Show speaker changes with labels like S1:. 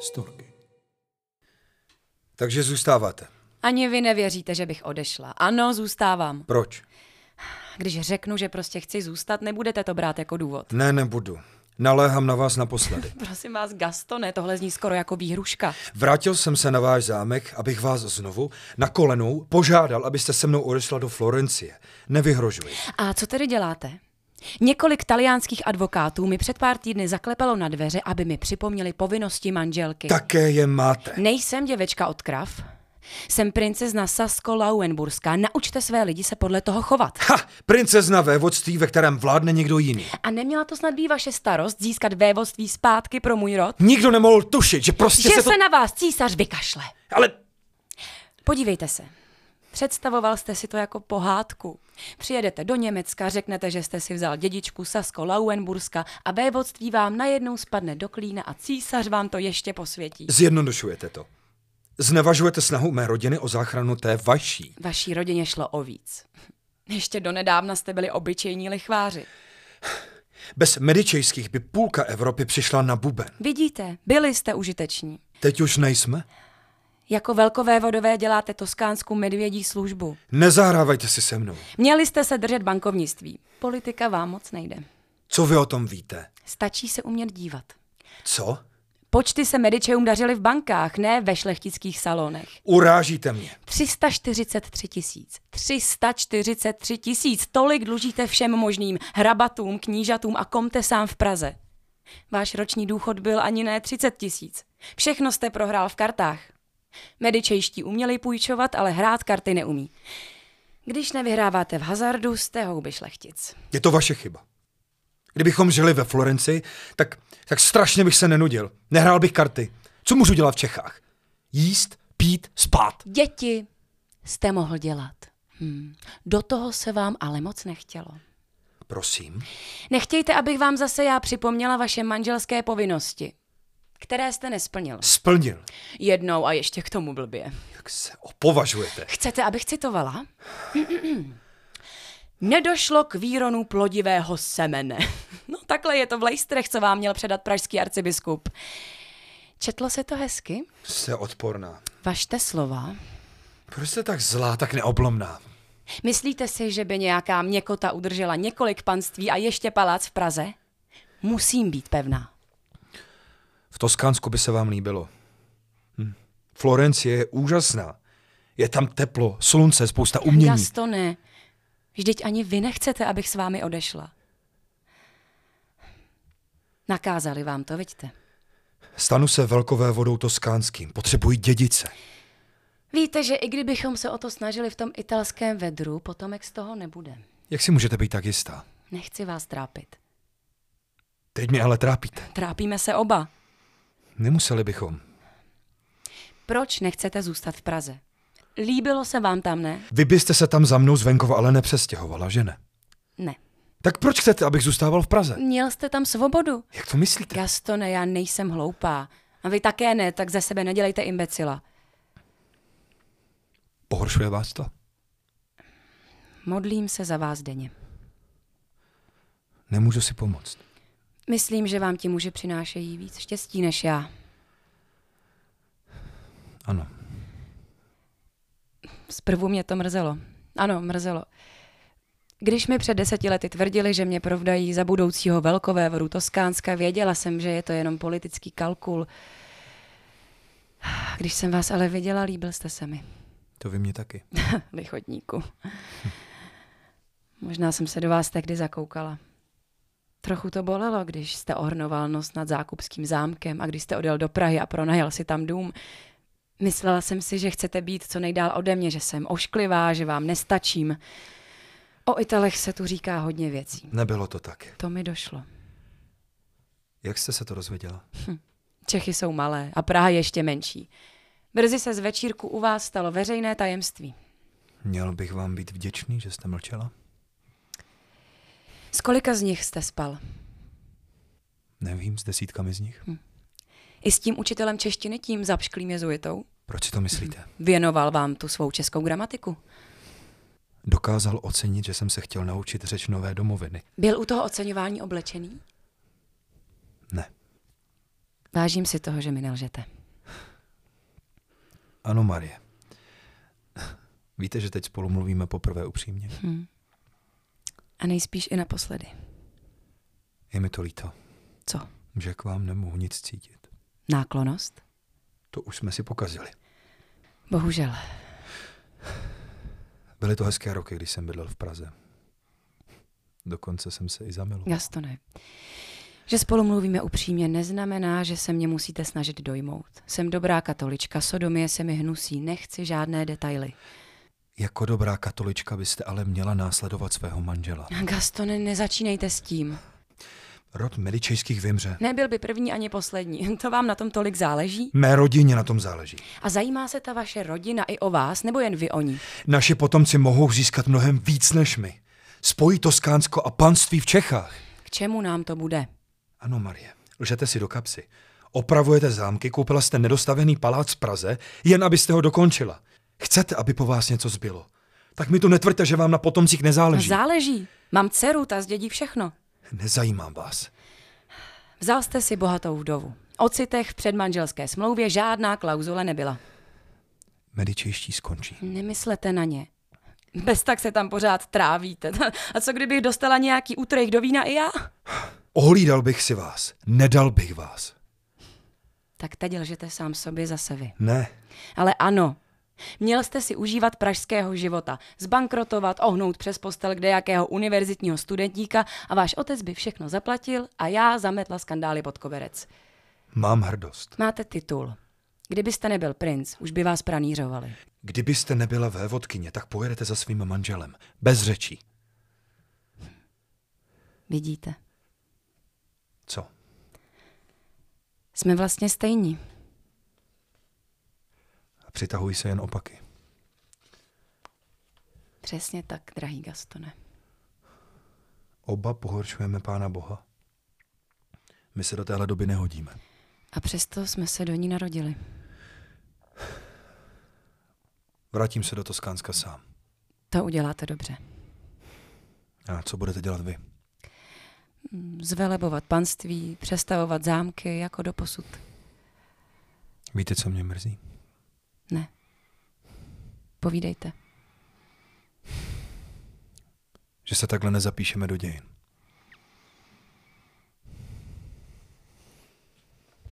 S1: storky.
S2: Takže zůstáváte.
S3: Ani vy nevěříte, že bych odešla. Ano, zůstávám.
S2: Proč?
S3: Když řeknu, že prostě chci zůstat, nebudete to brát jako důvod.
S2: Ne, nebudu. Naléhám na vás naposledy.
S3: Prosím vás, Gastone, tohle zní skoro jako výhruška.
S2: Vrátil jsem se na váš zámek, abych vás znovu na kolenou požádal, abyste se mnou odešla do Florencie. Nevyhrožuji.
S3: A co tedy děláte? Několik taliánských advokátů mi před pár týdny zaklepalo na dveře, aby mi připomněli povinnosti manželky.
S2: Také je máte.
S3: Nejsem děvečka od krav. Jsem princezna Sasko Lauenburská. Naučte své lidi se podle toho chovat.
S2: Ha! Princezna vévodství, ve kterém vládne někdo jiný.
S3: A neměla to snad být vaše starost získat vévodství zpátky pro můj rod?
S2: Nikdo nemohl tušit, že prostě
S3: Že
S2: se
S3: se,
S2: to...
S3: na vás císař vykašle.
S2: Ale
S3: Podívejte se. Představoval jste si to jako pohádku. Přijedete do Německa, řeknete, že jste si vzal dědičku Sasko Lauenburska a vévodství vám najednou spadne do klína a císař vám to ještě posvětí.
S2: zjednodušujete to. Znevažujete snahu mé rodiny o záchranu té vaší.
S3: Vaší rodině šlo o víc. Ještě donedávna jste byli obyčejní lichváři.
S2: Bez medičejských by půlka Evropy přišla na buben.
S3: Vidíte, byli jste užiteční.
S2: Teď už nejsme?
S3: Jako velkové vodové děláte toskánskou medvědí službu.
S2: Nezahrávajte si se mnou.
S3: Měli jste se držet bankovnictví. Politika vám moc nejde.
S2: Co vy o tom víte?
S3: Stačí se umět dívat.
S2: Co?
S3: Počty se Medičeům dařily v bankách, ne ve šlechtických salonech.
S2: Urážíte mě.
S3: 343 tisíc. 343 tisíc. Tolik dlužíte všem možným hrabatům, knížatům a komtesám v Praze. Váš roční důchod byl ani ne 30 tisíc. Všechno jste prohrál v kartách. Medičejští uměli půjčovat, ale hrát karty neumí. Když nevyhráváte v hazardu, jste houby šlechtic.
S2: Je to vaše chyba. Kdybychom žili ve Florenci, tak, tak strašně bych se nenudil. Nehrál bych karty. Co můžu dělat v Čechách? Jíst, pít, spát.
S3: Děti jste mohl dělat. Hmm. Do toho se vám ale moc nechtělo.
S2: Prosím.
S3: Nechtějte, abych vám zase já připomněla vaše manželské povinnosti, které jste nesplnil.
S2: Splnil.
S3: Jednou a ještě k tomu blbě.
S2: Jak se opovažujete?
S3: Chcete, abych citovala? Nedošlo k výronu plodivého semene. No takhle je to v lejstrech, co vám měl předat pražský arcibiskup. Četlo se to hezky?
S2: Jste odporná.
S3: Vašte slova.
S2: Proč jste tak zlá, tak neoblomná?
S3: Myslíte si, že by nějaká měkota udržela několik panství a ještě palác v Praze? Musím být pevná.
S2: V Toskánsku by se vám líbilo. Hm. Florencie je úžasná. Je tam teplo, slunce, spousta umění.
S3: Jas to ne. Vždyť ani vy nechcete, abych s vámi odešla. Nakázali vám to, vidíte.
S2: Stanu se velkové vodou toskánským. Potřebuji dědice.
S3: Víte, že i kdybychom se o to snažili v tom italském vedru, potomek z toho nebude.
S2: Jak si můžete být tak jistá?
S3: Nechci vás trápit.
S2: Teď mě ale trápíte.
S3: Trápíme se oba.
S2: Nemuseli bychom.
S3: Proč nechcete zůstat v Praze? Líbilo se vám tam, ne?
S2: Vy byste se tam za mnou z venkova ale nepřestěhovala, že ne?
S3: Ne.
S2: Tak proč chcete, abych zůstával v Praze?
S3: Měl jste tam svobodu.
S2: Jak to myslíte?
S3: Gastone, já nejsem hloupá. A vy také ne, tak ze sebe nedělejte imbecila.
S2: Pohoršuje vás to?
S3: Modlím se za vás denně.
S2: Nemůžu si pomoct.
S3: Myslím, že vám ti muži přinášejí víc štěstí než já.
S2: Ano.
S3: Zprvu mě to mrzelo. Ano, mrzelo. Když mi před deseti lety tvrdili, že mě provdají za budoucího velkovévodu Toskánska, věděla jsem, že je to jenom politický kalkul. Když jsem vás ale viděla, líbil jste se mi,
S2: To vy mě taky.
S3: lichodníku. Možná jsem se do vás tehdy zakoukala. Trochu to bolelo, když jste ohrnoval nos nad zákupským zámkem a když jste odjel do Prahy a pronajel si tam dům. Myslela jsem si, že chcete být co nejdál ode mě, že jsem ošklivá, že vám nestačím. O Italech se tu říká hodně věcí.
S2: Nebylo to tak.
S3: To mi došlo.
S2: Jak jste se to dozvěděla?
S3: Čechy jsou malé a Praha ještě menší. Brzy se z večírku u vás stalo veřejné tajemství.
S2: Měl bych vám být vděčný, že jste mlčela?
S3: S kolika z nich jste spal?
S2: Nevím, s desítkami z nich.
S3: I s tím učitelem češtiny, tím zapšklým jezuitou?
S2: Proč si to myslíte?
S3: Věnoval vám tu svou českou gramatiku?
S2: Dokázal ocenit, že jsem se chtěl naučit řeč nové domoviny.
S3: Byl u toho oceňování oblečený?
S2: Ne.
S3: Vážím si toho, že mi nelžete.
S2: Ano, Marie. Víte, že teď spolu mluvíme poprvé upřímně?
S3: A nejspíš i naposledy.
S2: Je mi to líto,
S3: Co?
S2: že k vám nemohu nic cítit.
S3: Náklonost?
S2: To už jsme si pokazili.
S3: Bohužel.
S2: Byly to hezké roky, když jsem bydlel v Praze. Dokonce jsem se i zamiloval.
S3: Gastone, že spolu mluvíme upřímně, neznamená, že se mě musíte snažit dojmout. Jsem dobrá katolička, sodomie se mi hnusí, nechci žádné detaily.
S2: Jako dobrá katolička byste ale měla následovat svého manžela.
S3: Gastone, nezačínejte s tím.
S2: Rod medičejských vymře.
S3: Nebyl by první ani poslední. To vám na tom tolik záleží?
S2: Mé rodině na tom záleží.
S3: A zajímá se ta vaše rodina i o vás, nebo jen vy o ní?
S2: Naši potomci mohou získat mnohem víc než my. Spojí Toskánsko a panství v Čechách.
S3: K čemu nám to bude?
S2: Ano, Marie, lžete si do kapsy. Opravujete zámky, koupila jste nedostavený palác v Praze, jen abyste ho dokončila. Chcete, aby po vás něco zbylo. Tak mi to netvrďte, že vám na potomcích nezáleží.
S3: Záleží. Mám dceru, ta zdědí všechno.
S2: Nezajímám vás.
S3: Vzal jste si bohatou vdovu. O citech v předmanželské smlouvě žádná klauzule nebyla.
S2: Medičejští skončí.
S3: Nemyslete na ně. Bez tak se tam pořád trávíte. A co kdybych dostala nějaký útrejch do vína i já?
S2: Ohlídal bych si vás. Nedal bych vás.
S3: Tak teď lžete sám sobě zase vy.
S2: Ne,
S3: Ale ano, měl jste si užívat pražského života, zbankrotovat, ohnout přes postel kdejakého univerzitního studentíka a váš otec by všechno zaplatil a já zametla skandály pod koverec.
S2: mám hrdost.
S3: Máte titul. Kdybyste nebyl princ, už by vás pranířovali.
S2: Kdybyste nebyla vévodkyně, tak pojedete za svým manželem. Bez řečí.
S3: Vidíte?
S2: Co?
S3: Jsme vlastně stejní.
S2: Přitahují se jen opaky.
S3: Přesně tak, drahý Gastone.
S2: Oba pohoršujeme Pána Boha. My se do téhle doby nehodíme.
S3: A přesto jsme se do ní narodili.
S2: Vrátím se do Toskánska sám.
S3: To uděláte dobře.
S2: A co budete dělat vy?
S3: Zvelebovat panství, přestavovat zámky jako do posud.
S2: Víte, co mě mrzí?
S3: Ne. Povídejte.
S2: Že se takhle nezapíšeme do dějin.